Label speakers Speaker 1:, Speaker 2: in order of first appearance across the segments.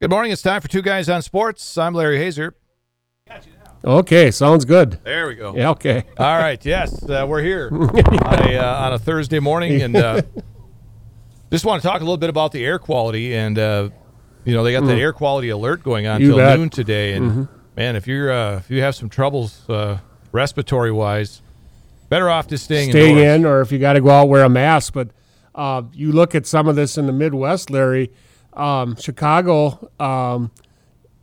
Speaker 1: Good morning. It's time for Two Guys on Sports. I'm Larry Hazer.
Speaker 2: Okay, sounds good.
Speaker 1: There we go.
Speaker 2: Yeah, okay.
Speaker 1: All right. Yes, uh, we're here on, a, uh, on a Thursday morning, and uh, just want to talk a little bit about the air quality. And uh, you know, they got that air quality alert going on
Speaker 2: Mm. You
Speaker 1: till
Speaker 2: bet. Mm-hmm.
Speaker 1: noon today. And man, if you're uh, if you have some troubles uh, respiratory wise, better off just staying,
Speaker 2: Staying
Speaker 1: indoors.
Speaker 2: in, or if you got to go out, wear a mask. But uh, you look at some of this in the Midwest, Larry. Um, Chicago um,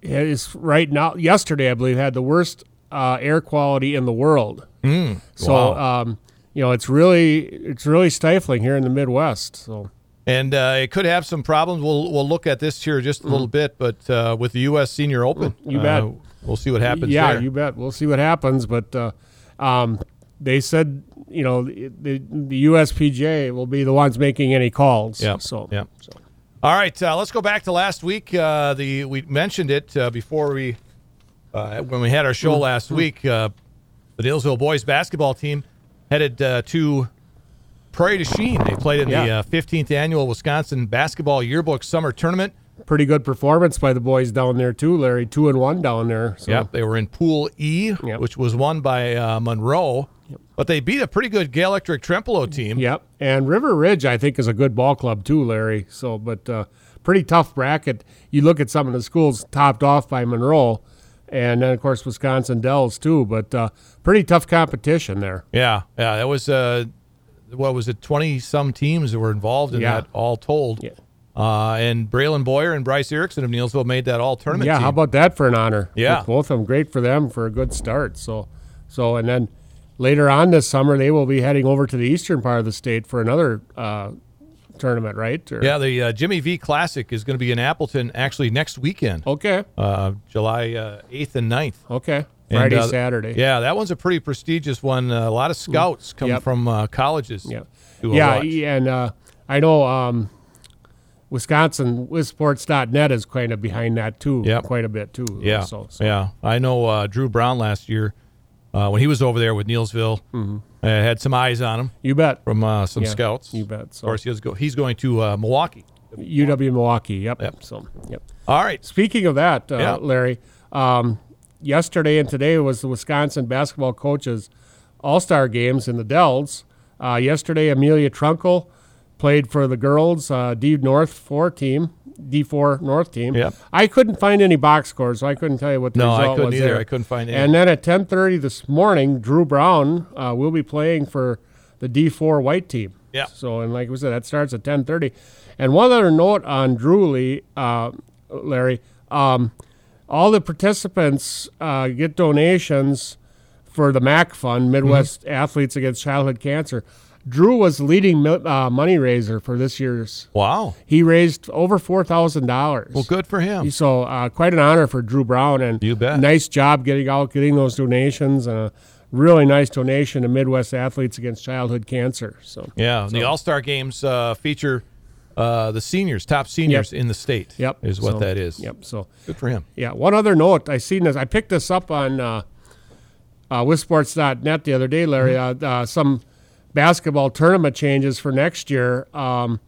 Speaker 2: is right now. Yesterday, I believe, had the worst uh, air quality in the world. so
Speaker 1: wow.
Speaker 2: um, you know, it's really it's really stifling here in the Midwest. So
Speaker 1: and uh, it could have some problems. We'll we'll look at this here just a little bit, but uh, with the U.S. Senior Open,
Speaker 2: Mm. you bet.
Speaker 1: uh, we'll see what happens.
Speaker 2: yeah,
Speaker 1: there.
Speaker 2: you bet. We'll see what happens, but uh, um, they said you know the, the the USPJ will be the ones making any calls.
Speaker 1: Yeah.
Speaker 2: So
Speaker 1: yeah. All right, uh, let's go back to last week. Uh, the we mentioned it uh, before we uh, when we had our show last
Speaker 2: Mm-hmm.
Speaker 1: week. Uh, the Dillsville boys basketball team headed uh, to Prairie du Chien. They played in the
Speaker 2: Yeah.
Speaker 1: uh, 15th annual Wisconsin Basketball Yearbook Summer Tournament.
Speaker 2: pretty good performance by the boys down there too, Larry. Two and one down there. So
Speaker 1: Yep, they were in Pool E,
Speaker 2: Yep.
Speaker 1: which was won by uh, Monroe, but they beat a pretty good Gaelectric Trempolo team.
Speaker 2: Yep. And River Ridge, I think, is a good ball club too, Larry. So, but uh, pretty tough bracket. You look at some of the schools topped off by Monroe, and then of course Wisconsin Dells too. But uh, pretty tough competition there.
Speaker 1: Yeah, yeah, that was uh, what was it? Twenty some teams that were involved in
Speaker 2: Yeah.
Speaker 1: that, all told.
Speaker 2: Yeah.
Speaker 1: Uh, and Braylon Boyer and Bryce Erickson of Nielsville made that all tournament.
Speaker 2: Yeah,
Speaker 1: team.
Speaker 2: how about that for an honor?
Speaker 1: Yeah.
Speaker 2: With both of them, great for them for a good start. So, so and then later on this summer they will be heading over to the eastern part of the state for another uh, tournament, right? Or-
Speaker 1: yeah, the uh, Jimmy V Classic is going to be in Appleton actually next weekend,
Speaker 2: Okay.
Speaker 1: uh, July eighth and 9th.
Speaker 2: Okay.
Speaker 1: And,
Speaker 2: Friday,
Speaker 1: uh,
Speaker 2: Saturday.
Speaker 1: Yeah, that one's a pretty prestigious one. Uh, a lot of scouts come
Speaker 2: Yep.
Speaker 1: from uh, colleges.
Speaker 2: Yeah.
Speaker 1: to, uh,
Speaker 2: Yeah,
Speaker 1: watch.
Speaker 2: e- and uh, I know um, Wisconsin Wisports.net is kind of behind that too,
Speaker 1: Yep.
Speaker 2: quite a bit too.
Speaker 1: Yeah,
Speaker 2: So, so-
Speaker 1: yeah. I know uh, Drew Brown last year uh, when he was over there with Nielsville.
Speaker 2: Mm-hmm.
Speaker 1: Uh, had some eyes on him
Speaker 2: you bet.
Speaker 1: from uh, some
Speaker 2: Yeah,
Speaker 1: scouts.
Speaker 2: You bet.
Speaker 1: Of
Speaker 2: So
Speaker 1: course, he's, go, he's going to uh, Milwaukee.
Speaker 2: UW Milwaukee. Yep.
Speaker 1: Yep.
Speaker 2: So yep.
Speaker 1: All right.
Speaker 2: Speaking of that, uh,
Speaker 1: Yeah.
Speaker 2: Larry, um, yesterday and today was the Wisconsin basketball coaches All Star games in the Dells. Uh, yesterday, Amelia Trunkel played for the girls uh, D North four team, D four North team.
Speaker 1: Yep.
Speaker 2: I couldn't find any box scores, so I couldn't tell you what the
Speaker 1: No, I
Speaker 2: result
Speaker 1: couldn't
Speaker 2: was
Speaker 1: either.
Speaker 2: there.
Speaker 1: I couldn't find any.
Speaker 2: And then at ten thirty this morning, Drew Brown uh, will be playing for the D four white team.
Speaker 1: Yeah.
Speaker 2: So and like we said, that starts at ten thirty. And one other note on Drewley, uh, Larry, um, all the participants uh, get donations for the MAC
Speaker 1: Mm-hmm.
Speaker 2: Fund, Midwest Athletes Against Childhood Cancer. Drew was the leading mil- uh, money raiser for this year's.
Speaker 1: Wow.
Speaker 2: He raised over four thousand dollars.
Speaker 1: Well, good for him.
Speaker 2: So uh, quite an honor for Drew Brown, and
Speaker 1: You bet.
Speaker 2: nice job getting out, getting those donations, and a really nice donation to Midwest Athletes Against Childhood Cancer. So
Speaker 1: yeah. The All Star Games uh, feature uh, the seniors, top seniors in the state.
Speaker 2: Yep,
Speaker 1: Is what
Speaker 2: So,
Speaker 1: that is.
Speaker 2: Yep. So
Speaker 1: Good for him.
Speaker 2: yeah, one other note, I seen this. I picked this up on uh, uh, wisports.net the other day, Larry.
Speaker 1: Mm-hmm.
Speaker 2: Uh, uh, some basketball tournament changes for next year. Um,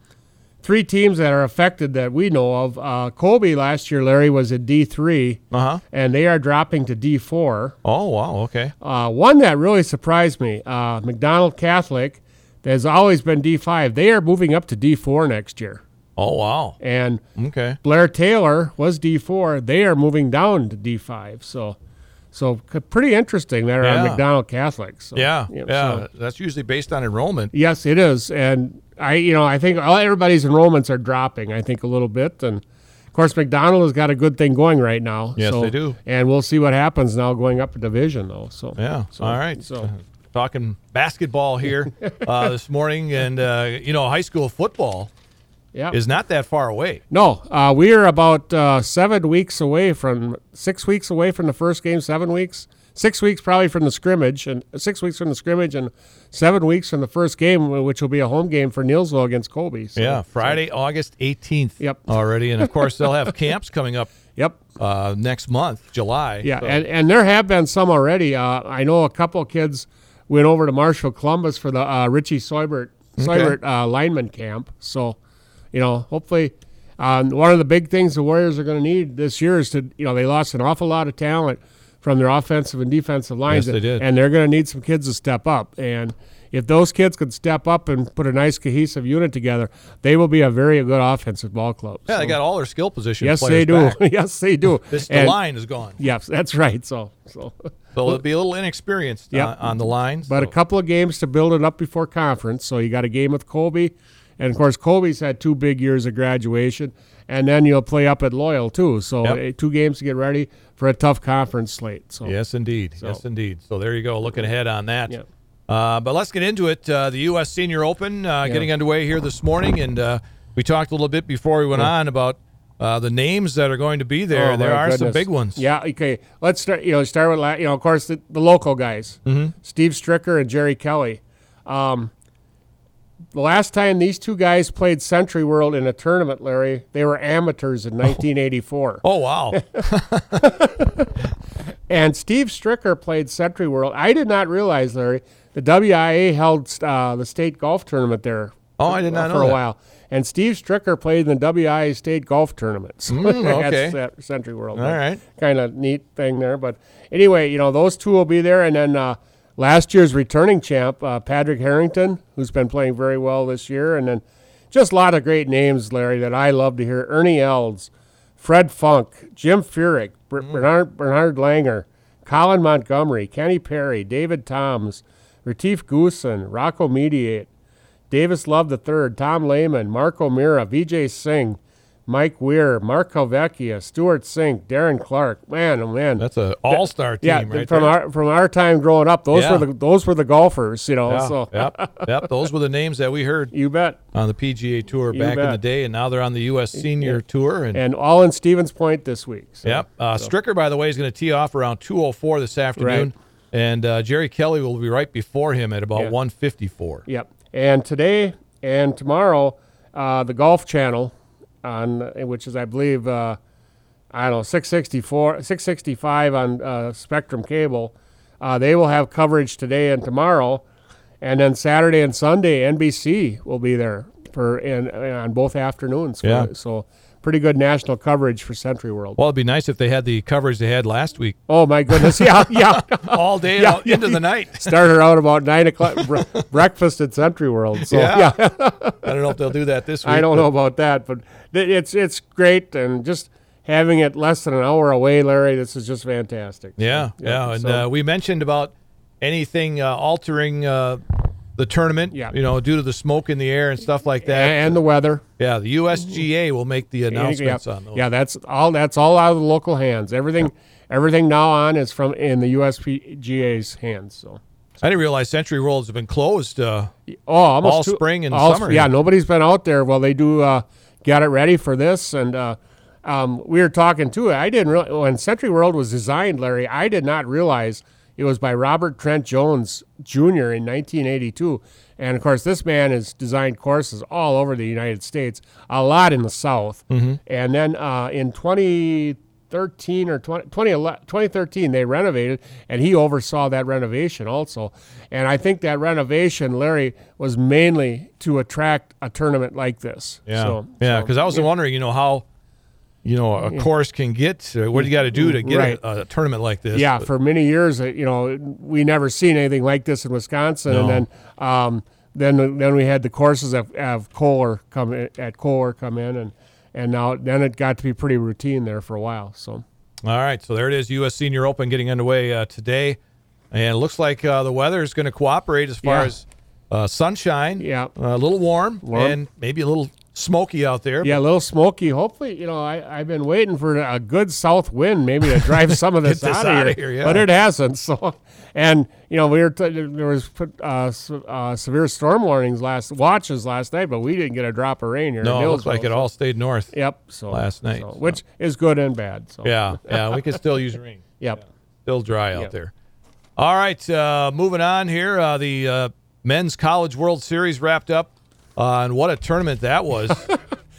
Speaker 2: three teams that are affected that we know of. Uh, Kobe last year, Larry was at D three,
Speaker 1: Uh huh.
Speaker 2: and they are dropping to D four.
Speaker 1: Oh, wow. Okay.
Speaker 2: Uh, one that really surprised me, uh, McDonald Catholic, that has always been D5. They are moving up to D4 next year.
Speaker 1: Oh, wow.
Speaker 2: And
Speaker 1: Okay.
Speaker 2: Blair Taylor was D4. They are moving down to D5. So, so c- pretty interesting there
Speaker 1: Yeah.
Speaker 2: on McDonald Catholic. So,
Speaker 1: Yeah.
Speaker 2: yep, so-
Speaker 1: Yeah. That's usually based on enrollment.
Speaker 2: Yes, it is, and I, you know, I think all, everybody's enrollments are dropping. I think a little bit, and of course, McDonald has got a good thing going right now.
Speaker 1: Yes,
Speaker 2: so-
Speaker 1: they do.
Speaker 2: and we'll see what happens now going up a division, though. So
Speaker 1: Yeah.
Speaker 2: so,
Speaker 1: All right.
Speaker 2: so
Speaker 1: Talking basketball here uh, this morning, and uh, you know, high school football
Speaker 2: yeah,
Speaker 1: is not that far away.
Speaker 2: no, uh, we are about uh, seven weeks away from six weeks away from the first game. Seven weeks, six weeks probably from the scrimmage, and six weeks from the scrimmage, and seven weeks from the first game, which will be a home game for Nielsville against Colby. So,
Speaker 1: Yeah, Friday, August 18th
Speaker 2: Yep.
Speaker 1: already. And of course, they'll have camps coming up
Speaker 2: Yep.
Speaker 1: uh, next month, July.
Speaker 2: Yeah,
Speaker 1: So-
Speaker 2: and, and there have been some already. Uh, I know a couple of kids went over to Marshall Columbus for the uh, Richie Soibert, Soibert uh, lineman camp. So, you know, hopefully, Um, one of the big things the Warriors are going to need this year is to, you know, they lost an awful lot of talent from their offensive and defensive lines.
Speaker 1: Yes, they did.
Speaker 2: And they're going to need some kids to step up. And if those kids can step up and put a nice cohesive unit together, they will be a very good offensive ball club.
Speaker 1: Yeah,
Speaker 2: So-
Speaker 1: they got all their skill position.
Speaker 2: yes,
Speaker 1: players
Speaker 2: they do.
Speaker 1: back.
Speaker 2: yes, they do.
Speaker 1: This the
Speaker 2: And-
Speaker 1: line is gone,
Speaker 2: Yes, that's right. So, so.
Speaker 1: so it'll be a little inexperienced
Speaker 2: Yep.
Speaker 1: uh, on the line.
Speaker 2: but a
Speaker 1: so-
Speaker 2: couple of games to build it up before conference. So you got a game with Colby, and of course Colby's had two big years of graduation, and then you'll play up at Loyal too. So
Speaker 1: Yep.
Speaker 2: eh, two games to get ready for a tough conference slate. So
Speaker 1: Yes, indeed. Yes, indeed. So there you go, looking ahead on that.
Speaker 2: Yeah.
Speaker 1: Uh, but let's get into it. Uh, the U.S. Senior Open uh, getting underway here this morning, and uh, we talked a little bit before we went on about uh, the names that are going to be there.
Speaker 2: Oh,
Speaker 1: there
Speaker 2: my
Speaker 1: are some
Speaker 2: goodness.
Speaker 1: big ones.
Speaker 2: Yeah. Okay. Let's start. You know, start with la- you know, of course, the, the local guys, Steve Stricker and Jerry Kelly. Um, the last time these two guys played Century World in a tournament, Larry, they were amateurs in 1984.
Speaker 1: Oh wow.
Speaker 2: And Steve Stricker played Century World. I did not realize, Larry, the WIA held uh, the state golf tournament there.
Speaker 1: Oh, I did not
Speaker 2: for
Speaker 1: know
Speaker 2: a
Speaker 1: that.
Speaker 2: while. And Steve Stricker played in the WIA state golf tournament. So
Speaker 1: Mm, okay.
Speaker 2: that's Cent- Century World.
Speaker 1: All right.
Speaker 2: Kind of neat thing there, but anyway, you know those two will be there, and then uh, last year's returning champ uh, Patrick Harrington, who's been playing very well this year, and then just a lot of great names, Larry, that I love to hear: Ernie Els, Fred Funk, Jim Furyk, Ber- Bernard Bernard Langer, Colin Montgomery, Kenny Perry, David Toms, Retief Goosen, Rocco Mediate, Davis Love III, Tom Lehman, Mark O'Meara, VJ Singh, Mike Weir, Mark Calvecchia, Stuart Sink, Darren Clark. Man, oh man.
Speaker 1: That's an all-star team
Speaker 2: yeah,
Speaker 1: right
Speaker 2: from
Speaker 1: there.
Speaker 2: our from our time growing up, those
Speaker 1: Yeah.
Speaker 2: were the those were the golfers, you know.
Speaker 1: yeah,
Speaker 2: So
Speaker 1: yep, yep. Those were the names that we heard
Speaker 2: you bet.
Speaker 1: on the PGA Tour
Speaker 2: You
Speaker 1: back in the
Speaker 2: bet.
Speaker 1: day, and now they're on the U.S. Senior Tour. And,
Speaker 2: And all in Stevens Point this week. So.
Speaker 1: yep, uh, Stricker, by the way, is going to tee off around 2:04 this afternoon, and uh, Jerry Kelly will be right before him at about
Speaker 2: Yeah.
Speaker 1: 1:54.
Speaker 2: Yep. And today and tomorrow, uh, the Golf Channel, on which is I believe uh, I don't know 664, 665 on uh, Spectrum cable, uh, they will have coverage today and tomorrow, and then Saturday and Sunday NBC will be there for and on both afternoons.
Speaker 1: Yeah.
Speaker 2: So pretty good national coverage for Century World.
Speaker 1: Well, it'd be nice if they had the coverage they had last week
Speaker 2: Oh my goodness! Yeah, yeah.
Speaker 1: all day
Speaker 2: Yeah,
Speaker 1: and all- into the night.
Speaker 2: Start her out about nine o'clock. bre- breakfast at Century World. So
Speaker 1: Yeah.
Speaker 2: yeah.
Speaker 1: I don't know if they'll do that this week.
Speaker 2: I don't
Speaker 1: but
Speaker 2: know about that, but th- it's it's great and just having it less than an hour away, Larry. This is just fantastic.
Speaker 1: Yeah, yeah. And
Speaker 2: so-
Speaker 1: uh, we mentioned about anything uh, altering uh, the tournament,
Speaker 2: Yeah.
Speaker 1: you know, due to the smoke in the air and stuff like
Speaker 2: A-
Speaker 1: that.
Speaker 2: and the weather.
Speaker 1: yeah, the USGA will make the announcements
Speaker 2: yeah,
Speaker 1: on those.
Speaker 2: yeah, that's all. That's all out of the local hands. Everything, everything now on is from in the USPGA's hands. So,
Speaker 1: I didn't realize Century Worlds have been closed. Uh,
Speaker 2: oh, almost
Speaker 1: All
Speaker 2: two-
Speaker 1: spring and
Speaker 2: all-
Speaker 1: summer.
Speaker 2: Yeah, nobody's been out there. Well, they do uh, got it ready for this, and uh, um, we were talking too. I didn't really when Century World was designed, Larry. I did not realize it was by Robert Trent Jones Jr. in 1982, and of course, this man has designed courses all over the United States, a lot in the South,
Speaker 1: Mm-hmm.
Speaker 2: and then uh, in 2013 or 20, 2011 2013 they renovated and he oversaw that renovation also and i think that renovation larry was mainly to attract a tournament like this
Speaker 1: yeah,
Speaker 2: so,
Speaker 1: yeah.
Speaker 2: so-
Speaker 1: Because I was wondering, you know, how you know a course can get. uh, What do you got to do to get
Speaker 2: Right.
Speaker 1: a, a tournament like this?
Speaker 2: yeah,
Speaker 1: But-
Speaker 2: for many years, uh, you know, we never seen anything like this in Wisconsin,
Speaker 1: No.
Speaker 2: and then, um, then, then we had the courses of, of Kohler come in, at Kohler come in, and and now then it got to be pretty routine there for a while. So
Speaker 1: All right, so there it is. U.S. Senior Open getting underway uh, today, and it looks like uh, the weather is going to cooperate as far
Speaker 2: Yeah.
Speaker 1: as uh, sunshine.
Speaker 2: Yeah.
Speaker 1: uh, a little warm,
Speaker 2: Warm.
Speaker 1: and maybe a little smoky out there.
Speaker 2: yeah, a little smoky. Hopefully, you know, I I've been waiting for a good south wind maybe to drive some of this,
Speaker 1: Get this
Speaker 2: out,
Speaker 1: outta
Speaker 2: of
Speaker 1: here,
Speaker 2: here,
Speaker 1: yeah.
Speaker 2: but it hasn't. So, and you know, we were t- there was uh, se- uh, severe storm warnings last watches last night, but we didn't get a drop of rain here. in
Speaker 1: no, it looks
Speaker 2: Millsville,
Speaker 1: like it
Speaker 2: so-
Speaker 1: all stayed north.
Speaker 2: Yep. So
Speaker 1: Last night,
Speaker 2: so-
Speaker 1: so.
Speaker 2: which is good and bad. So
Speaker 1: Yeah, yeah, we can still use rain.
Speaker 2: Yep.
Speaker 1: Still dry out
Speaker 2: Yeah.
Speaker 1: there. All right, uh, moving on here. Uh, the uh, men's college World Series wrapped up, uh, and what a tournament that was!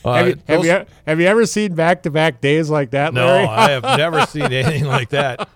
Speaker 2: have, you, have,
Speaker 1: those-
Speaker 2: you, e, have you ever seen back to back days like that,
Speaker 1: No,
Speaker 2: Larry?
Speaker 1: I have never seen anything like that.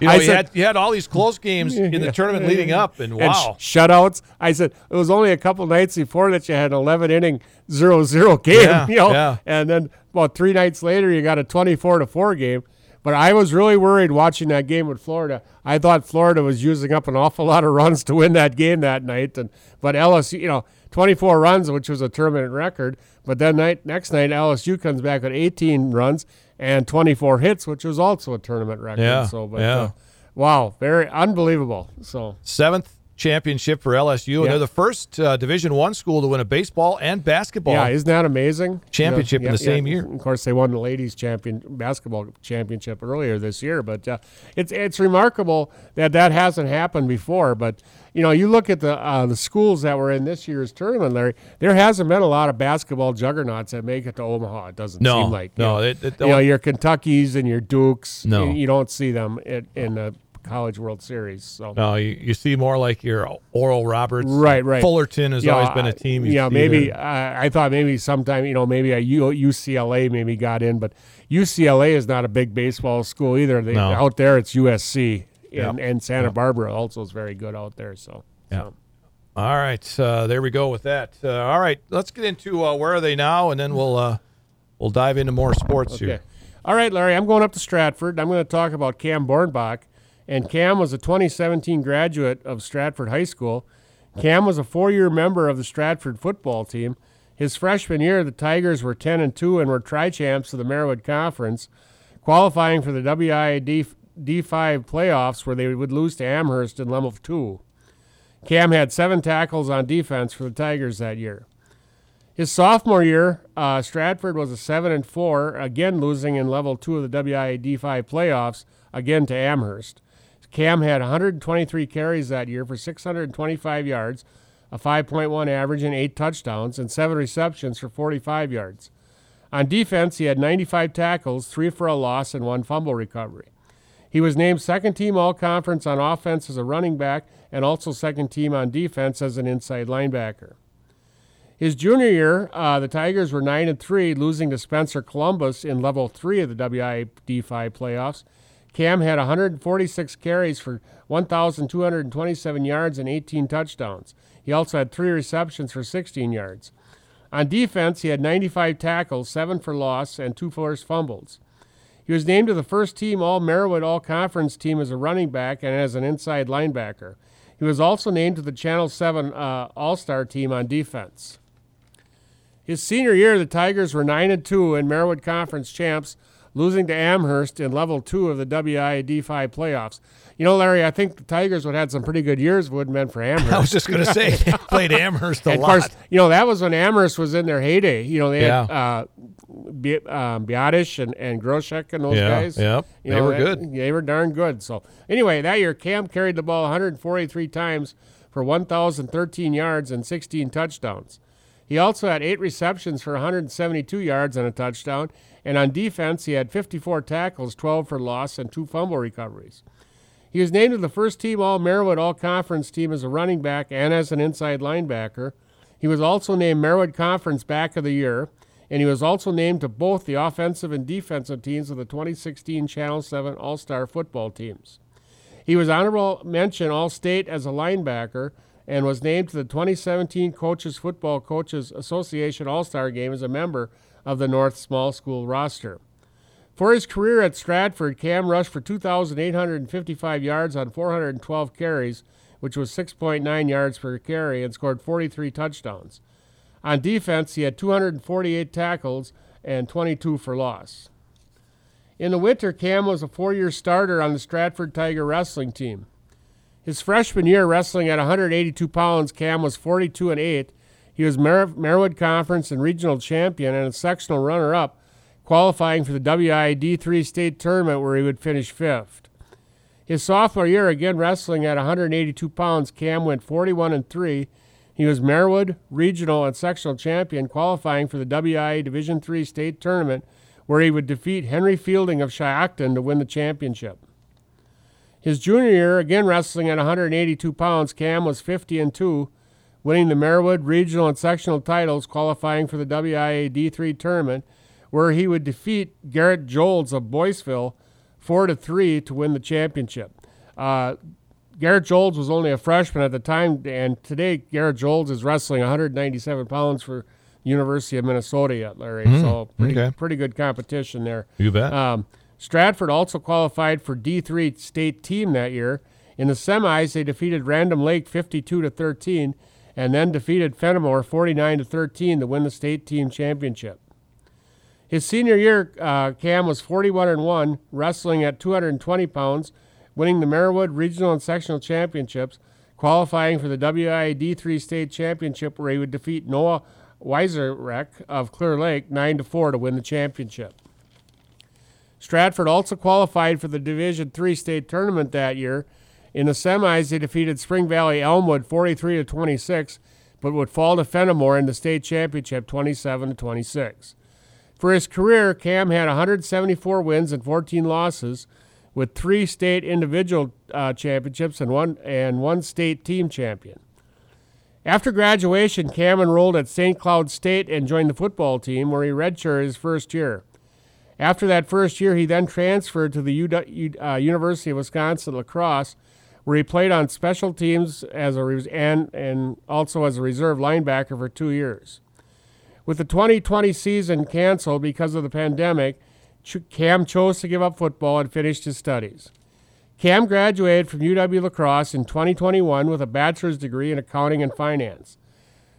Speaker 1: You know,
Speaker 2: I
Speaker 1: you,
Speaker 2: said-
Speaker 1: had, you had all these close games in the tournament leading up, and
Speaker 2: and
Speaker 1: wow.
Speaker 2: sh- shutouts. I said it was only a couple nights before that you had an 11 inning 0 0 game,
Speaker 1: Yeah,
Speaker 2: you know,
Speaker 1: yeah.
Speaker 2: and then about three nights later you got a 24 to 4 game. But I was really worried watching that game with Florida. I thought Florida was using up an awful lot of runs to win that game that night, and but LSU, you know, 24 runs, which was a tournament record. But then night next night LSU comes back with 18 runs and 24 hits, which was also a tournament record.
Speaker 1: Yeah,
Speaker 2: So, but
Speaker 1: yeah.
Speaker 2: uh, wow, very unbelievable. So
Speaker 1: seventh championship for LSU, and
Speaker 2: Yeah.
Speaker 1: they're the first uh, Division One school to win a baseball and basketball.
Speaker 2: Yeah, isn't that amazing?
Speaker 1: Championship in the same year.
Speaker 2: Of course, they won the ladies' champion basketball championship earlier this year, but uh, it's it's remarkable that that hasn't happened before. But you know, you look at the uh, the schools that were in this year's tournament, Larry. There hasn't been a lot of basketball juggernauts that make it to Omaha. It doesn't
Speaker 1: No,
Speaker 2: seem like
Speaker 1: no,
Speaker 2: You know,
Speaker 1: it- it
Speaker 2: you know,
Speaker 1: don't-
Speaker 2: your Kentuckys and your Dukes.
Speaker 1: No.
Speaker 2: you, you don't see them in, in the College World Series. So
Speaker 1: No, you, you see more like your Oral Roberts,
Speaker 2: Right, right.
Speaker 1: Fullerton has
Speaker 2: Yeah,
Speaker 1: always been
Speaker 2: I-
Speaker 1: a team. you
Speaker 2: Yeah,
Speaker 1: see
Speaker 2: maybe
Speaker 1: there.
Speaker 2: I, I thought maybe sometime you know maybe a U, UCLA maybe got in, but UCLA is not a big baseball school either. They,
Speaker 1: No.
Speaker 2: Out there, it's USC and,
Speaker 1: Yeah.
Speaker 2: and Santa Barbara also is very good out there. So
Speaker 1: Yeah. All right, uh, there we go with that. Uh, all right, let's get into uh, where are they now, and then we'll uh, we'll dive into more sports
Speaker 2: Okay.
Speaker 1: here.
Speaker 2: All right, Larry, I'm going up to Stratford. I'm going to talk about Cam Bornbach. And Cam was a 2017 graduate of Stratford High School. Cam was a four year member of the Stratford football team. His freshman year, the Tigers were 10 and 2 and were tri champs of the Merriwood Conference, qualifying for the WIAD D5 playoffs, where they would lose to Amherst in level 2. Cam had seven tackles on defense for the Tigers that year. His sophomore year, uh, Stratford was a seven and four, again losing in level two of the WIAD five playoffs, again to Amherst. Cam had 123 carries that year for 625 yards, a 5.1 average, and eight touchdowns, and seven receptions for 45 yards. On defense, he had 95 tackles, three for a loss, and one fumble recovery. He was named second team all conference on offense as a running back and also second team on defense as an inside linebacker. His junior year, uh, the Tigers were nine and three, losing to Spencer Columbus in level three of the WID5 playoffs. Cam had 146 carries for 1,227 yards and 18 touchdowns. He also had three receptions for 16 yards. On defense, he had 95 tackles, seven for loss, and two forced fumbles. He was named to the first team All Merriwood All Conference team as a running back and as an inside linebacker. He was also named to the Channel 7 uh, All Star team on defense. His senior year, the Tigers were 9 and 2 and Merriwood Conference champs, losing to Amherst in level 2 of the WIAD 5 playoffs. You know, Larry, I think the Tigers would have had some pretty good years, would have been for Amherst.
Speaker 1: I was just going to say, they played Amherst a
Speaker 2: And
Speaker 1: lot.
Speaker 2: Of course, you know that was when Amherst was in their heyday. You know they had
Speaker 1: Yeah.
Speaker 2: uh, Be- um, Biotish and and Groshek and those
Speaker 1: Yeah,
Speaker 2: guys.
Speaker 1: yeah.
Speaker 2: You
Speaker 1: They
Speaker 2: know,
Speaker 1: were
Speaker 2: that-
Speaker 1: good.
Speaker 2: They were darn good. So anyway, that year Cam carried the ball 143 times for 1,013 yards and 16 touchdowns. He also had eight receptions for 172 yards and a touchdown. And on defense, he had 54 tackles, 12 for loss, and two fumble recoveries. He was named to the first team All Merriwood All Conference team as a running back and as an inside linebacker. He was also named Merriwood Conference Back of the Year, and he was also named to both the offensive and defensive teams of the 2016 Channel 7 All Star football teams. He was honorable mention All State as a linebacker and was named to the 2017 Coaches Football Coaches Association All Star Game as a member of the North Small School roster. For his career at Stratford, Cam rushed for 2,855 yards on 412 carries, which was 6.9 yards per carry, and scored 43 touchdowns. On defense, he had 248 tackles and 22 for loss. In the winter, Cam was a four year starter on the Stratford Tiger wrestling team. His freshman year, wrestling at 182 pounds, Cam was 42 and 8. He was Mer- Merriwood Conference and regional champion and a sectional runner up, qualifying for the WID 3 state tournament where he would finish fifth. His sophomore year, again wrestling at 182 pounds, Cam went 41 and 3. He was Merriwood regional and sectional champion, qualifying for the WIA Division 3 state tournament where he would defeat Henry Fielding of Shiocton to win the championship. His junior year, again wrestling at 182 pounds, Cam was 50 and 2, winning the Merwood regional and sectional titles, qualifying for the WIA D3 tournament, where he would defeat Garrett Jolds of Boyceville four to three to win the championship. Uh, Garrett Jolds was only a freshman at the time, and today Garrett Jolds is wrestling 197 pounds for University of Minnesota, Larry. so pretty,
Speaker 1: okay.
Speaker 2: pretty good competition there.
Speaker 1: You bet.
Speaker 2: Um, Stratford also qualified for D3 state team that year. In the semis, they defeated Random Lake 52 to 13, and then defeated Fenimore 49 to 13 to win the state team championship. His senior year, uh, Cam was 41 and one, wrestling at 220 pounds, winning the Merriwood Regional and Sectional Championships, qualifying for the WIA D3 state championship, where he would defeat Noah Weiserek of Clear Lake 9 to 4 to win the championship. Stratford also qualified for the Division Three state tournament that year. In the semis, they defeated Spring Valley Elmwood 43 to 26, but would fall to Fenimore in the state championship 27 to 26. For his career, Cam had 174 wins and 14 losses, with three state individual uh, championships and one and one state team champion. After graduation, Cam enrolled at St. Cloud State and joined the football team, where he redshirted his first year. After that first year, he then transferred to the U- uh, University of Wisconsin lacrosse, where he played on special teams as a res- and and also as a reserve linebacker for two years. With the 2020 season canceled because of the pandemic, Ch- Cam chose to give up football and finished his studies. Cam graduated from UW La Crosse in 2021 with a bachelor's degree in accounting and finance.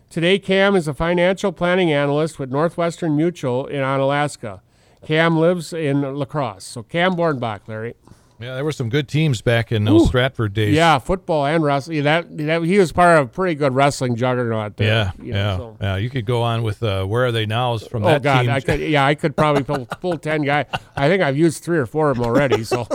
Speaker 2: Today, Cam is a financial planning analyst with Northwestern Mutual in Onalaska. Cam lives in La Crosse. So, Cam Bornbach, Larry.
Speaker 1: Yeah, there were some good teams back in those Stratford days.
Speaker 2: Yeah, football and wrestling. That, that he was part of a pretty good wrestling juggernaut. There,
Speaker 1: Yeah,
Speaker 2: you know,
Speaker 1: yeah,
Speaker 2: so-
Speaker 1: yeah. You could go on with uh, where are they nows from
Speaker 2: Oh
Speaker 1: that
Speaker 2: God,
Speaker 1: team.
Speaker 2: I could, yeah, I could probably pull, pull ten guy. I think I've used three or four of them already. So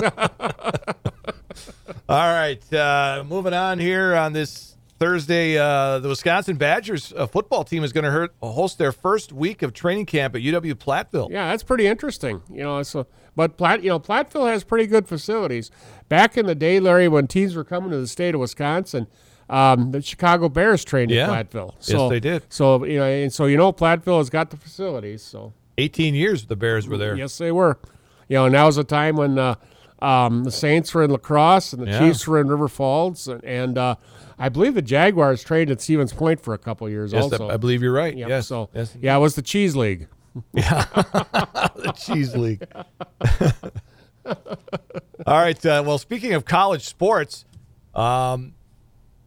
Speaker 1: All right, uh, moving on here on this Thursday, uh, the Wisconsin Badgers uh, football team is going to host their first week of training camp at UW Platteville.
Speaker 2: yeah, that's pretty interesting. You know, so but Platt, you know, Platteville has pretty good facilities. Back in the day, Larry, when teams were coming to the state of Wisconsin, um, the Chicago Bears trained
Speaker 1: Yeah.
Speaker 2: at Platteville.
Speaker 1: Yes,
Speaker 2: So
Speaker 1: they did.
Speaker 2: So you know, and so you know, Platteville has got the facilities. So
Speaker 1: 18 years the Bears were there.
Speaker 2: yes, they were. You know, and that was a time when uh, um, the Saints were in Lacrosse and the
Speaker 1: Yeah.
Speaker 2: Chiefs were in River Falls, and, and uh, I believe the Jaguars trained at Stevens Point for a couple years.
Speaker 1: Yes,
Speaker 2: also,
Speaker 1: I believe you're right.
Speaker 2: Yep,
Speaker 1: yes,
Speaker 2: So
Speaker 1: yes,
Speaker 2: yeah, it was the cheese league.
Speaker 1: the cheese league. All right. Uh, well, speaking of college sports, um,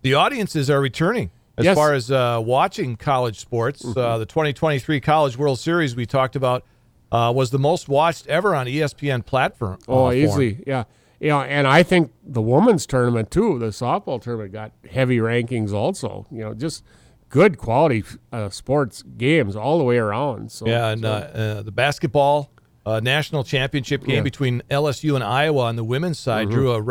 Speaker 1: the audiences are returning as
Speaker 2: Yes. Mm-hmm.
Speaker 1: far as uh, watching college sports. Uh, the 2023 College World Series we talked about uh, was the most watched ever on E ESPN platform.
Speaker 2: Oh,
Speaker 1: uh, form.
Speaker 2: easily. Yeah. You know, and I think the women's tournament too, the softball tournament got heavy rankings also. You know, just good quality uh, sports games all the way around. So
Speaker 1: Yeah, and uh, uh, the basketball uh, national championship game
Speaker 2: Yeah. Mm-hmm.
Speaker 1: between LSU and Iowa on the women's side drew a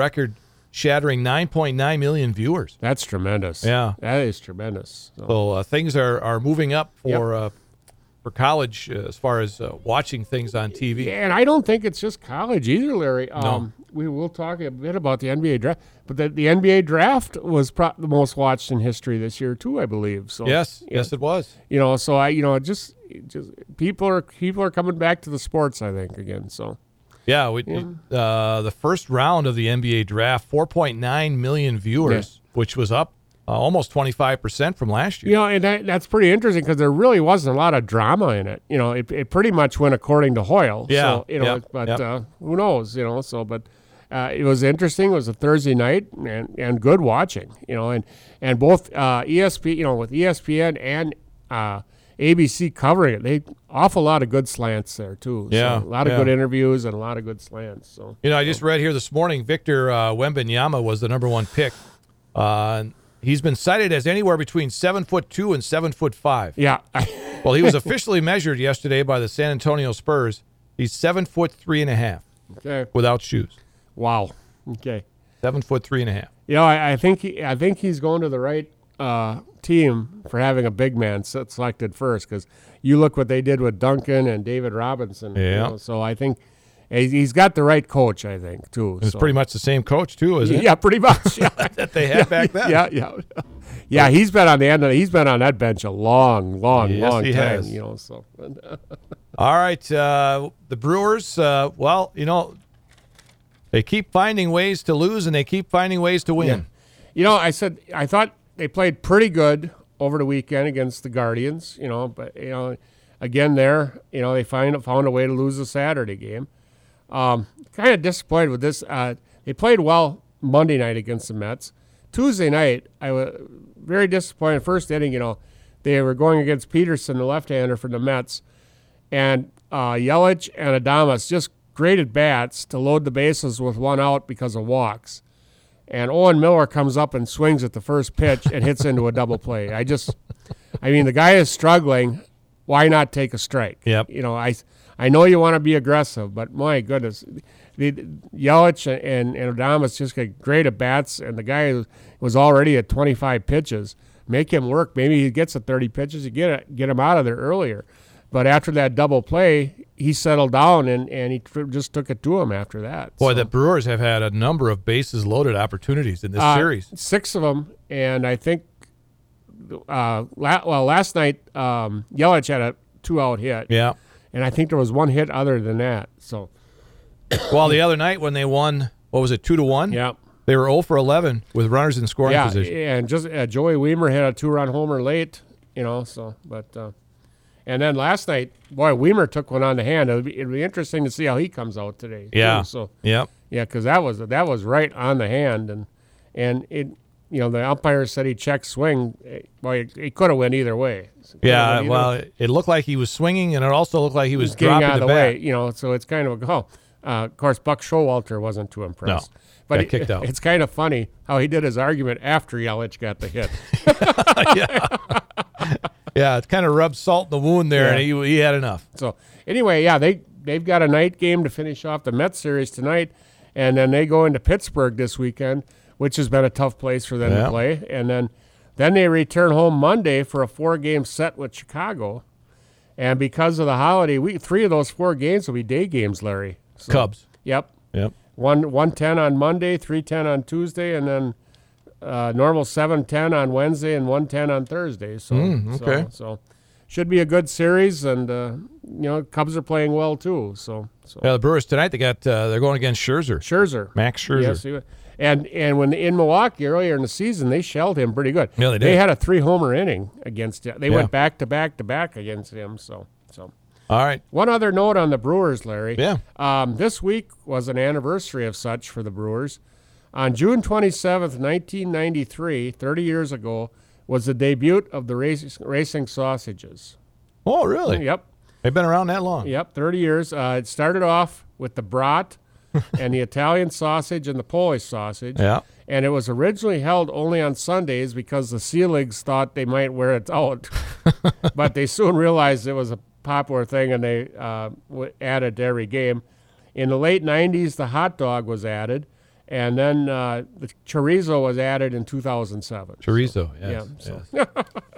Speaker 1: record-shattering 9.9 million viewers.
Speaker 2: that's tremendous.
Speaker 1: Yeah.
Speaker 2: That is tremendous. So,
Speaker 1: So uh, things are, are moving up for uh, for college uh, as far as uh, watching things on TV.
Speaker 2: and I don't think it's just college either, Larry. Um, We will talk a bit about the NBA draft, but the, the NBA draft was pro- the most watched in history this year too, I believe. So
Speaker 1: Yes,
Speaker 2: yeah.
Speaker 1: yes, it was.
Speaker 2: you know so i you know it just it just people are people are coming back to the sports i think again so
Speaker 1: Yeah, we, Uh, the first round of the NBA draft, 4.9 million viewers, which was up uh, almost 25 percent from last year.
Speaker 2: you know and that, that's pretty interesting because there really wasn't a lot of drama in it you know it, it pretty much went according to hoyle
Speaker 1: Yeah,
Speaker 2: so, you know
Speaker 1: yeah,
Speaker 2: but
Speaker 1: yeah.
Speaker 2: uh, who knows you know so but uh, it was interesting. It was a Thursday night and, and good watching, you know, and, and both uh, ESP, you know, with ESPN and uh, ABC covering it, they awful lot of good slants there too. So
Speaker 1: Yeah,
Speaker 2: a lot of
Speaker 1: yeah.
Speaker 2: good interviews and a lot of good slants. So
Speaker 1: You know, I just read here this morning Victor uh, Wembanyama was the number one pick. Uh, and he's been cited as anywhere between seven foot two and seven foot five.
Speaker 2: yeah,
Speaker 1: Well, he was officially measured yesterday by the San Antonio Spurs. He's seven foot three and a half
Speaker 2: okay,
Speaker 1: without shoes.
Speaker 2: wow, okay.
Speaker 1: Seven foot three and a half.
Speaker 2: You know, I, I think he, I think he's going to the right uh, team for having a big man se- selected first because you look what they did with Duncan and David Robinson. you
Speaker 1: Yeah.
Speaker 2: know, so I think, He's- He's got the right coach, I think, too.
Speaker 1: It's pretty much the same coach too, isn't it?
Speaker 2: yeah, pretty much. Yeah,
Speaker 1: That they had back then.
Speaker 2: yeah, yeah, yeah. He's been on the end. Of, he's been on that bench a long, long,
Speaker 1: Yes,
Speaker 2: long
Speaker 1: he
Speaker 2: time.
Speaker 1: has.
Speaker 2: You know, so
Speaker 1: All right, uh, the Brewers. Uh, well, you know, they keep finding ways to lose and they keep finding ways to win.
Speaker 2: you know, I said I thought they played pretty good over the weekend against the Guardians. You know, but you know, again there, you know, they find found a way to lose the Saturday game. Um, kind of disappointed with this. Uh, they played well Monday night against the Mets. Tuesday night, I was very disappointed. First inning, you know, they were going against Peterson, the left-hander for the Mets, and uh, Yelich and Adamas just great at bats to load the bases with one out because of walks. And Owen Miller comes up and swings at the first pitch and hits into a double play. I just, I mean, the guy is struggling. Why not take a strike?
Speaker 1: Yep.
Speaker 2: You know, I, I know you want to be aggressive, but my goodness, the Yelich and and Adamas just get great at bats, and the guy was already at 25 pitches. Make him work. Maybe he gets at 30 pitches. You get it, get him out of there earlier. But after that double play, he settled down and and he tr- just took it to him after that.
Speaker 1: Boy,
Speaker 2: So-
Speaker 1: the Brewers have had a number of bases loaded opportunities in this
Speaker 2: uh,
Speaker 1: series.
Speaker 2: Six of them, and I think, uh, la- well, last night um, Yelich had a two-out hit,
Speaker 1: Yeah.
Speaker 2: and I think there was one hit other than that. So
Speaker 1: Well, the other night when they won, what was it, two to one?
Speaker 2: yeah,
Speaker 1: They were 0 for 11 with runners in scoring
Speaker 2: yeah,
Speaker 1: position.
Speaker 2: and just uh, Joey Weimer had a two-run homer late, you know. So, but uh, and then last night, boy, Weimer took one on the hand. It'd be, it'd be interesting to see how he comes out today. too.
Speaker 1: Yeah.
Speaker 2: so
Speaker 1: Yep.
Speaker 2: Yeah, because that was that was right on the hand, and and it you know the umpire said he checked swing. Eh, Well, it, it could have went either way. It coulda
Speaker 1: Yeah.
Speaker 2: went either-
Speaker 1: Well, it it looked like he was swinging, and it also looked like he was
Speaker 2: getting
Speaker 1: dropping
Speaker 2: out of the,
Speaker 1: the bat.
Speaker 2: way, you know. So it's kind of a go. Uh, of course, Buck Showalter wasn't too impressed.
Speaker 1: No,
Speaker 2: but
Speaker 1: got
Speaker 2: it-
Speaker 1: kicked out.
Speaker 2: It's kind of funny how he did his argument after Yelich got the hit.
Speaker 1: Yeah, it kind of rubbed salt in the wound there,
Speaker 2: Yeah.
Speaker 1: and he, he had enough.
Speaker 2: So anyway, yeah, they they've got a night game to finish off the Mets series tonight, and then they go into Pittsburgh this weekend, which has been a tough place for them
Speaker 1: Yeah.
Speaker 2: to play. And then then they return home Monday for a four game set with Chicago, and because of the holiday week, three of those four games will be day games, Larry. So,
Speaker 1: Cubs.
Speaker 2: Yep.
Speaker 1: Yep.
Speaker 2: One one ten on Monday, three ten on Tuesday, and then uh, normal seven ten on Wednesday and one ten on Thursday. So, so-
Speaker 1: Hmm, okay.
Speaker 2: so should be a good series, and uh, you know Cubs are playing well too. So so
Speaker 1: Yeah, the Brewers tonight they got uh, they're going against Scherzer,
Speaker 2: Scherzer.
Speaker 1: Max Scherzer.
Speaker 2: Yes, he was. and and when in Milwaukee earlier in the season, they shelled him pretty good.
Speaker 1: Yeah, they did.
Speaker 2: had a three homer inning against him. They
Speaker 1: Yeah.
Speaker 2: went back to back to back against him. So so
Speaker 1: All right.
Speaker 2: one other note on the Brewers, Larry.
Speaker 1: Yeah.
Speaker 2: Um, this week was an anniversary of such for the Brewers. On June 27th, 1993, 30 years ago, was the debut of the race, Racing Sausages.
Speaker 1: Oh, really?
Speaker 2: Yep,
Speaker 1: They've been around that long.
Speaker 2: yep, 30 years. Uh, it started off with the brat and the Italian sausage and the Polish sausage.
Speaker 1: Yeah.
Speaker 2: And it was originally held only on Sundays because the Seeligs thought they might wear it out. but they soon realized it was a popular thing and they uh, w- added to every game. In the late 90s, the hot dog was added, and then uh, the chorizo was added in 2007.
Speaker 1: Chorizo. Yes.
Speaker 2: Yeah, so-
Speaker 1: yes.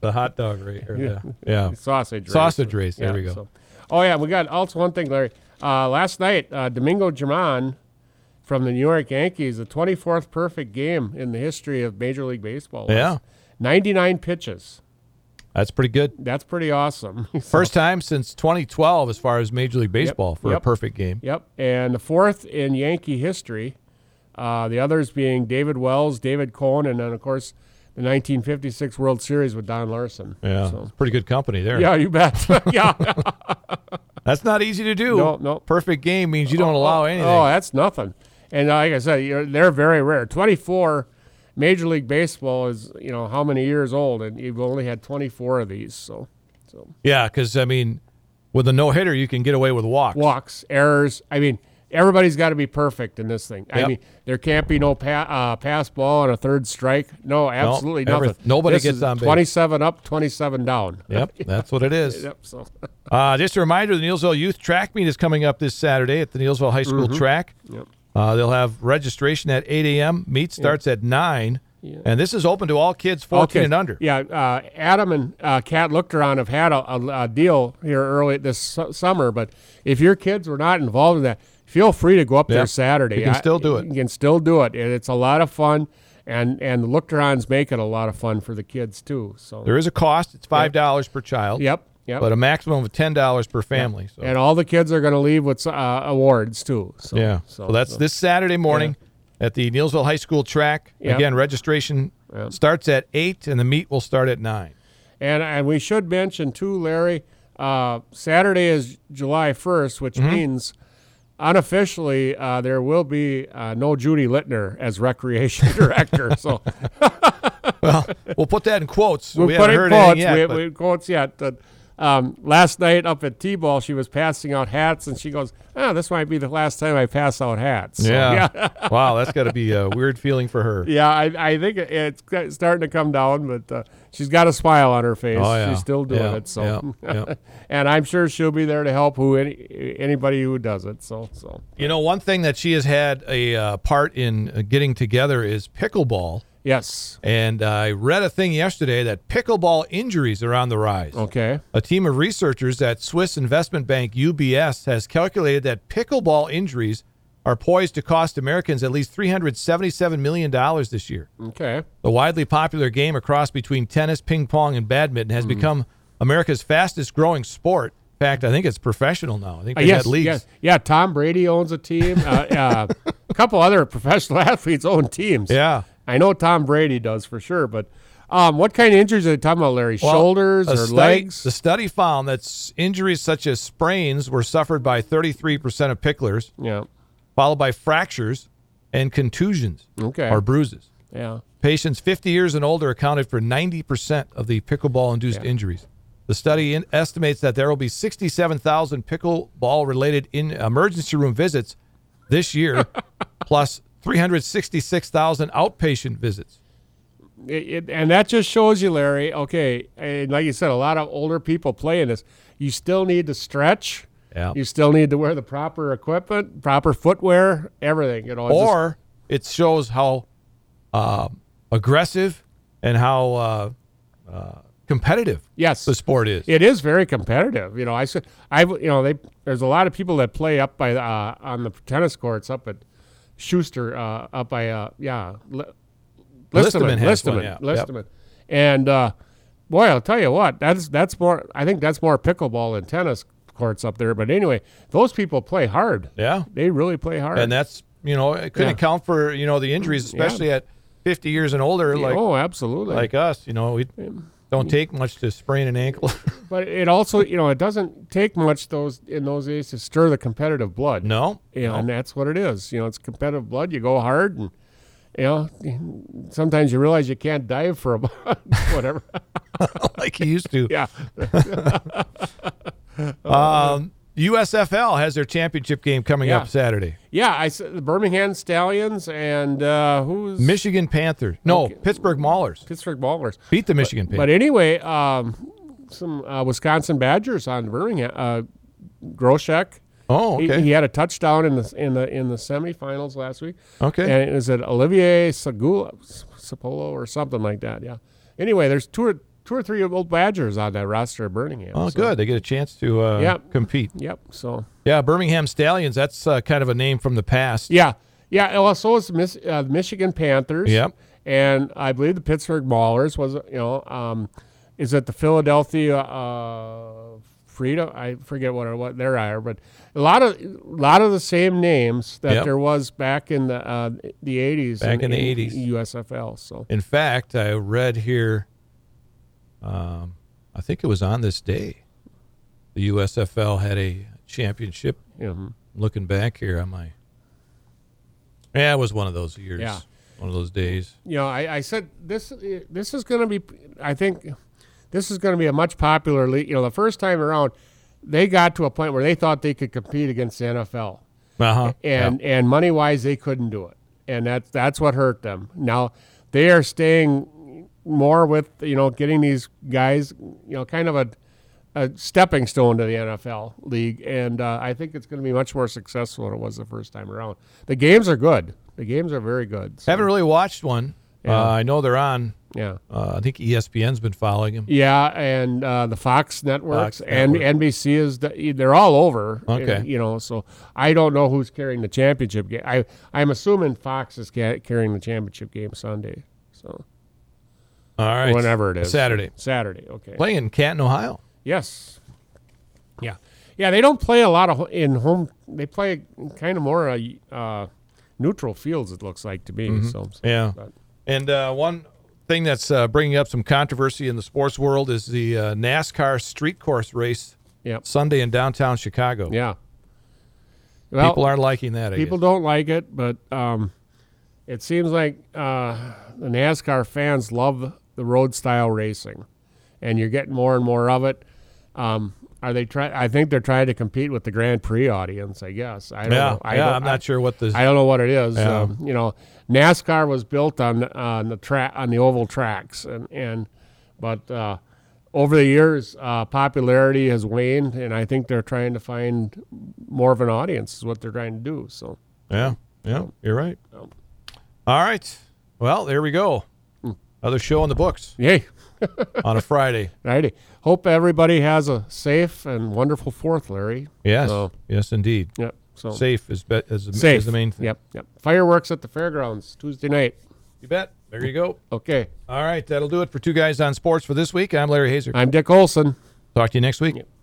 Speaker 1: the hot dog right here. Yeah. Yeah.
Speaker 2: Sausage race.
Speaker 1: Oh. Sausage race. There
Speaker 2: Yeah,
Speaker 1: we go.
Speaker 2: so- Oh, yeah, we got also one thing, Larry. Uh, last night, uh, Domingo German from the New York Yankees, the 24th perfect game in the history of Major League Baseball. was.
Speaker 1: Yeah.
Speaker 2: 99 pitches.
Speaker 1: That's pretty good.
Speaker 2: That's pretty awesome.
Speaker 1: First time since 2012 as far as Major League Baseball for a
Speaker 2: Yep.
Speaker 1: perfect game.
Speaker 2: Yep. And the fourth in Yankee history. Uh, the others being David Wells, David Cohen, and then, of course, the 1956 World Series with Don Larson.
Speaker 1: Yeah.
Speaker 2: So-
Speaker 1: It's pretty good company there.
Speaker 2: Yeah, you bet. yeah.
Speaker 1: That's not easy to do.
Speaker 2: No, no.
Speaker 1: Perfect game means you don't allow anything.
Speaker 2: Oh, that's nothing. And uh, like I said, you're, they're very rare. 24 Major League Baseball is, you know, how many years old? And you've only had 24 of these. So, so
Speaker 1: Yeah, because I mean, with a no hitter, you can get away with walks.
Speaker 2: walks, errors. I mean, everybody's got to be perfect in this thing.
Speaker 1: Yep.
Speaker 2: I mean, there can't be no pa- uh, pass ball and a third strike. No, absolutely
Speaker 1: every-
Speaker 2: nothing.
Speaker 1: nobody
Speaker 2: This
Speaker 1: gets
Speaker 2: is
Speaker 1: on base.
Speaker 2: 27 up, 27 down.
Speaker 1: Yep, that's what it is.
Speaker 2: Yep. So,
Speaker 1: Uh, just a reminder: the Nielsville Youth Track Meet is coming up this Saturday at the Nielsville High School track.
Speaker 2: Mm-hmm. Yep.
Speaker 1: Uh, they'll have registration at 8 a.m. Meet starts at nine. And this is open to all kids 14
Speaker 2: Okay.
Speaker 1: and under.
Speaker 2: Yeah, uh, Adam and uh, Kat Lookteron have had a, a, a deal here early this su- summer, but if your kids were not involved in that, feel free to go up
Speaker 1: Yeah.
Speaker 2: there Saturday.
Speaker 1: You can still do it.
Speaker 2: You can still do it, and it's a lot of fun. And and the Lookterons make it a lot of fun for the kids too. So
Speaker 1: There is a cost. It's $5 per child.
Speaker 2: yep, yep.
Speaker 1: But a maximum of $10 per family. So
Speaker 2: and all the kids are going to leave with uh, awards too. So
Speaker 1: Yeah. So, that's this Saturday morning at the Nielsville High School track.
Speaker 2: Yeah.
Speaker 1: Again, registration starts at 8 and the meet will start at 9.
Speaker 2: And and we should mention too, Larry. Uh, Saturday is July first, which
Speaker 1: Mm-hmm.
Speaker 2: means unofficially uh, there will be uh, no Judy Littner as recreation director. so
Speaker 1: We'll put that in quotes.
Speaker 2: we'll
Speaker 1: we
Speaker 2: put
Speaker 1: haven't
Speaker 2: in
Speaker 1: heard
Speaker 2: quotes.
Speaker 1: anything yet.
Speaker 2: we,
Speaker 1: but-
Speaker 2: we quotes yet. But, um, last night up at T-ball, she was passing out hats, and she goes, "Ah, this might be the last time I pass out hats." So,
Speaker 1: yeah. wow, that's got to be a weird feeling for her.
Speaker 2: Yeah, I, I think it- it's ca- starting to come down, but uh, she's got a smile on her face.
Speaker 1: Oh, yeah.
Speaker 2: She's still doing
Speaker 1: Yeah,
Speaker 2: it, so
Speaker 1: yeah, yeah.
Speaker 2: and I'm sure she'll be there to help who any, anybody who does it. So so
Speaker 1: You know, one thing that she has had a uh, part in uh, getting together is pickleball.
Speaker 2: yes,
Speaker 1: And I read a thing yesterday that pickleball injuries are on the rise.
Speaker 2: okay,
Speaker 1: A team of researchers at Swiss investment bank UBS has calculated that pickleball injuries are poised to cost Americans at least $377 million this year.
Speaker 2: okay, Uh,
Speaker 1: The widely popular game, a cross between tennis, ping pong, and badminton,
Speaker 2: Hmm.
Speaker 1: has become America's fastest growing sport. In fact, I think it's professional now. I think
Speaker 2: Uh,
Speaker 1: they've
Speaker 2: yes,
Speaker 1: had leagues.
Speaker 2: yes, yeah. Tom Brady owns a team. uh, uh, a couple other professional athletes own teams.
Speaker 1: Yeah.
Speaker 2: I know Tom Brady does for sure. But um, what kind of injuries are they talking about, Larry?
Speaker 1: Well,
Speaker 2: Shoulders
Speaker 1: a
Speaker 2: or
Speaker 1: study-
Speaker 2: legs?
Speaker 1: The study found that s- injuries such as sprains were suffered by 33% of picklers,
Speaker 2: yeah,
Speaker 1: followed by fractures and contusions
Speaker 2: okay,
Speaker 1: or bruises.
Speaker 2: yeah.
Speaker 1: Patients 50 years and older accounted for 90% of the pickleball induced injuries. The study in- estimates that there will be 67,000 pickleball related in emergency room visits this year, plus 366,000 outpatient visits.
Speaker 2: it, it, and that just shows you, Larry. Okay, and like you said, a lot of older people playing this. You still need to stretch.
Speaker 1: Yeah.
Speaker 2: You still need to wear the proper equipment, proper footwear, everything. You know. it's just-
Speaker 1: or it shows how um aggressive and how uh, uh, competitive
Speaker 2: yes,
Speaker 1: the sport is.
Speaker 2: it is very competitive. You know, I said, I you know, they there's a lot of people that play up by uh, on the tennis courts up at Schuster, uh, up by uh, yeah, L-
Speaker 1: Listerman has one,
Speaker 2: Listerman,
Speaker 1: yeah. Yep.
Speaker 2: Listerman, and uh, boy, I'll tell you what, that's that's more. I think that's more pickleball than tennis courts up there. But anyway, those people play hard.
Speaker 1: Yeah,
Speaker 2: They really play hard.
Speaker 1: and that's you know it couldn't
Speaker 2: Yeah.
Speaker 1: account for you know the injuries, especially at 50 years and older, like
Speaker 2: oh, absolutely.
Speaker 1: like us. You know, we don't take much to sprain an ankle.
Speaker 2: but it also, you know, it doesn't take much those in those days to stir the competitive blood.
Speaker 1: no,
Speaker 2: Yeah, and that's what it is. You know, it's competitive blood. You go hard, and you know, sometimes you realize you can't dive for a whatever.
Speaker 1: like he used to.
Speaker 2: Yeah,
Speaker 1: Um, USFL has their championship game coming
Speaker 2: Yeah.
Speaker 1: up Saturday.
Speaker 2: yeah. I s- the Birmingham Stallions and uh, who's
Speaker 1: Michigan Panthers, no Pittsburgh Maulers
Speaker 2: Pittsburgh Ballers.
Speaker 1: beat the Michigan Panthers.
Speaker 2: But anyway, um, some uh, Wisconsin Badgers on Birmingham. Uh, Groshek.
Speaker 1: oh,
Speaker 2: He-
Speaker 1: okay,
Speaker 2: He, had a touchdown in the in the in the semifinals last week.
Speaker 1: okay.
Speaker 2: And is it Olivier Segula, Sapolo, or something like that? Yeah. Anyway, there's two or two or three old Badgers on that roster at Birmingham.
Speaker 1: Oh,
Speaker 2: so-
Speaker 1: good. They get a chance to uh,
Speaker 2: Yeah.
Speaker 1: compete.
Speaker 2: Yep. So
Speaker 1: Yeah, Birmingham Stallions. That's uh, kind of a name from the past.
Speaker 2: yeah, yeah. and Well, so is Miss, uh, the Michigan Panthers.
Speaker 1: Yep.
Speaker 2: And I believe the Pittsburgh Maulers was you know um, is it the Philadelphia uh, Freedom? I forget what it- what there are, but a lot of a lot of the same names that
Speaker 1: Yep.
Speaker 2: there was back in the uh, the eighties.
Speaker 1: Back in the 80s.
Speaker 2: USFL. So
Speaker 1: In fact, I read here. Um, I think it was on this day, the USFL had a championship.
Speaker 2: yeah. mhm.
Speaker 1: Looking back here on my, yeah, it was one of those years.
Speaker 2: Yeah.
Speaker 1: One of those days.
Speaker 2: you know, I, I said this uh, this is going to be. I think this is going to be a much popular league. You know, the first time around, they got to a point where they thought they could compete against the NFL,
Speaker 1: Uh huh.
Speaker 2: and and money wise they couldn't do it, and that's that's what hurt them. Now they are staying more with you know getting these guys you know kind of a a stepping stone to the NFL league, and uh, I think it's going to be much more successful than it was the first time around. The games are good. The games are very good. so-
Speaker 1: Haven't really watched one. Uh, I know they're on.
Speaker 2: Yeah.
Speaker 1: Uh, I think ESPN's been following him.
Speaker 2: Yeah, and uh, the Fox networks
Speaker 1: Fox
Speaker 2: and
Speaker 1: network.
Speaker 2: NBC is the, they're all over.
Speaker 1: Okay.
Speaker 2: uh, you know, so I don't know who's carrying the championship game. I I'm assuming Fox is ca- carrying the championship game Sunday, so
Speaker 1: All right.
Speaker 2: whenever it is
Speaker 1: Saturday.
Speaker 2: Saturday, okay.
Speaker 1: Playing in Canton, Ohio.
Speaker 2: Yes. Yeah, yeah. They don't play a lot of ho- in home. They play kind of more uh, uh, neutral fields. It looks like to me. So, so-
Speaker 1: Mm-hmm. Yeah.
Speaker 2: but-
Speaker 1: And uh, one thing that's uh, bringing up some controversy in the sports world is the uh, NASCAR street course race
Speaker 2: Yep.
Speaker 1: Sunday in downtown Chicago.
Speaker 2: yeah. Well,
Speaker 1: people aren't liking that. I
Speaker 2: People
Speaker 1: guess.
Speaker 2: don't like it, but um, it seems like uh, the NASCAR fans love the road style racing, and you're getting more and more of it. Um, are they try? I think they're trying to compete with the Grand Prix audience. I guess. I don't
Speaker 1: Yeah,
Speaker 2: know. I
Speaker 1: yeah
Speaker 2: don't,
Speaker 1: I'm not sure what the.
Speaker 2: I don't know what it is.
Speaker 1: Yeah.
Speaker 2: Um, you know, NASCAR was built on on the track on the oval tracks, and and but uh, over the years, uh, popularity has waned, and I think they're trying to find more of an audience. Is what they're trying to do. So
Speaker 1: yeah, yeah, you're right.
Speaker 2: No.
Speaker 1: All right. Well, there we go.
Speaker 2: Hmm.
Speaker 1: Other show on the books
Speaker 2: yay,
Speaker 1: on a Friday.
Speaker 2: righty. Hope everybody has a safe and wonderful Fourth, Larry.
Speaker 1: Yes,
Speaker 2: So-
Speaker 1: yes, indeed.
Speaker 2: Yep. So
Speaker 1: Safe is, be- is, the-
Speaker 2: Oh. safe.
Speaker 1: is the main thing.
Speaker 2: Yep. Yep. Fireworks at the fairgrounds Tuesday night.
Speaker 1: You bet. There you go.
Speaker 2: Okay.
Speaker 1: All right, that'll do it for two guys on sports for this week. I'm Larry Hazer.
Speaker 2: I'm Dick Olson.
Speaker 1: Talk to you next week.
Speaker 2: Yep.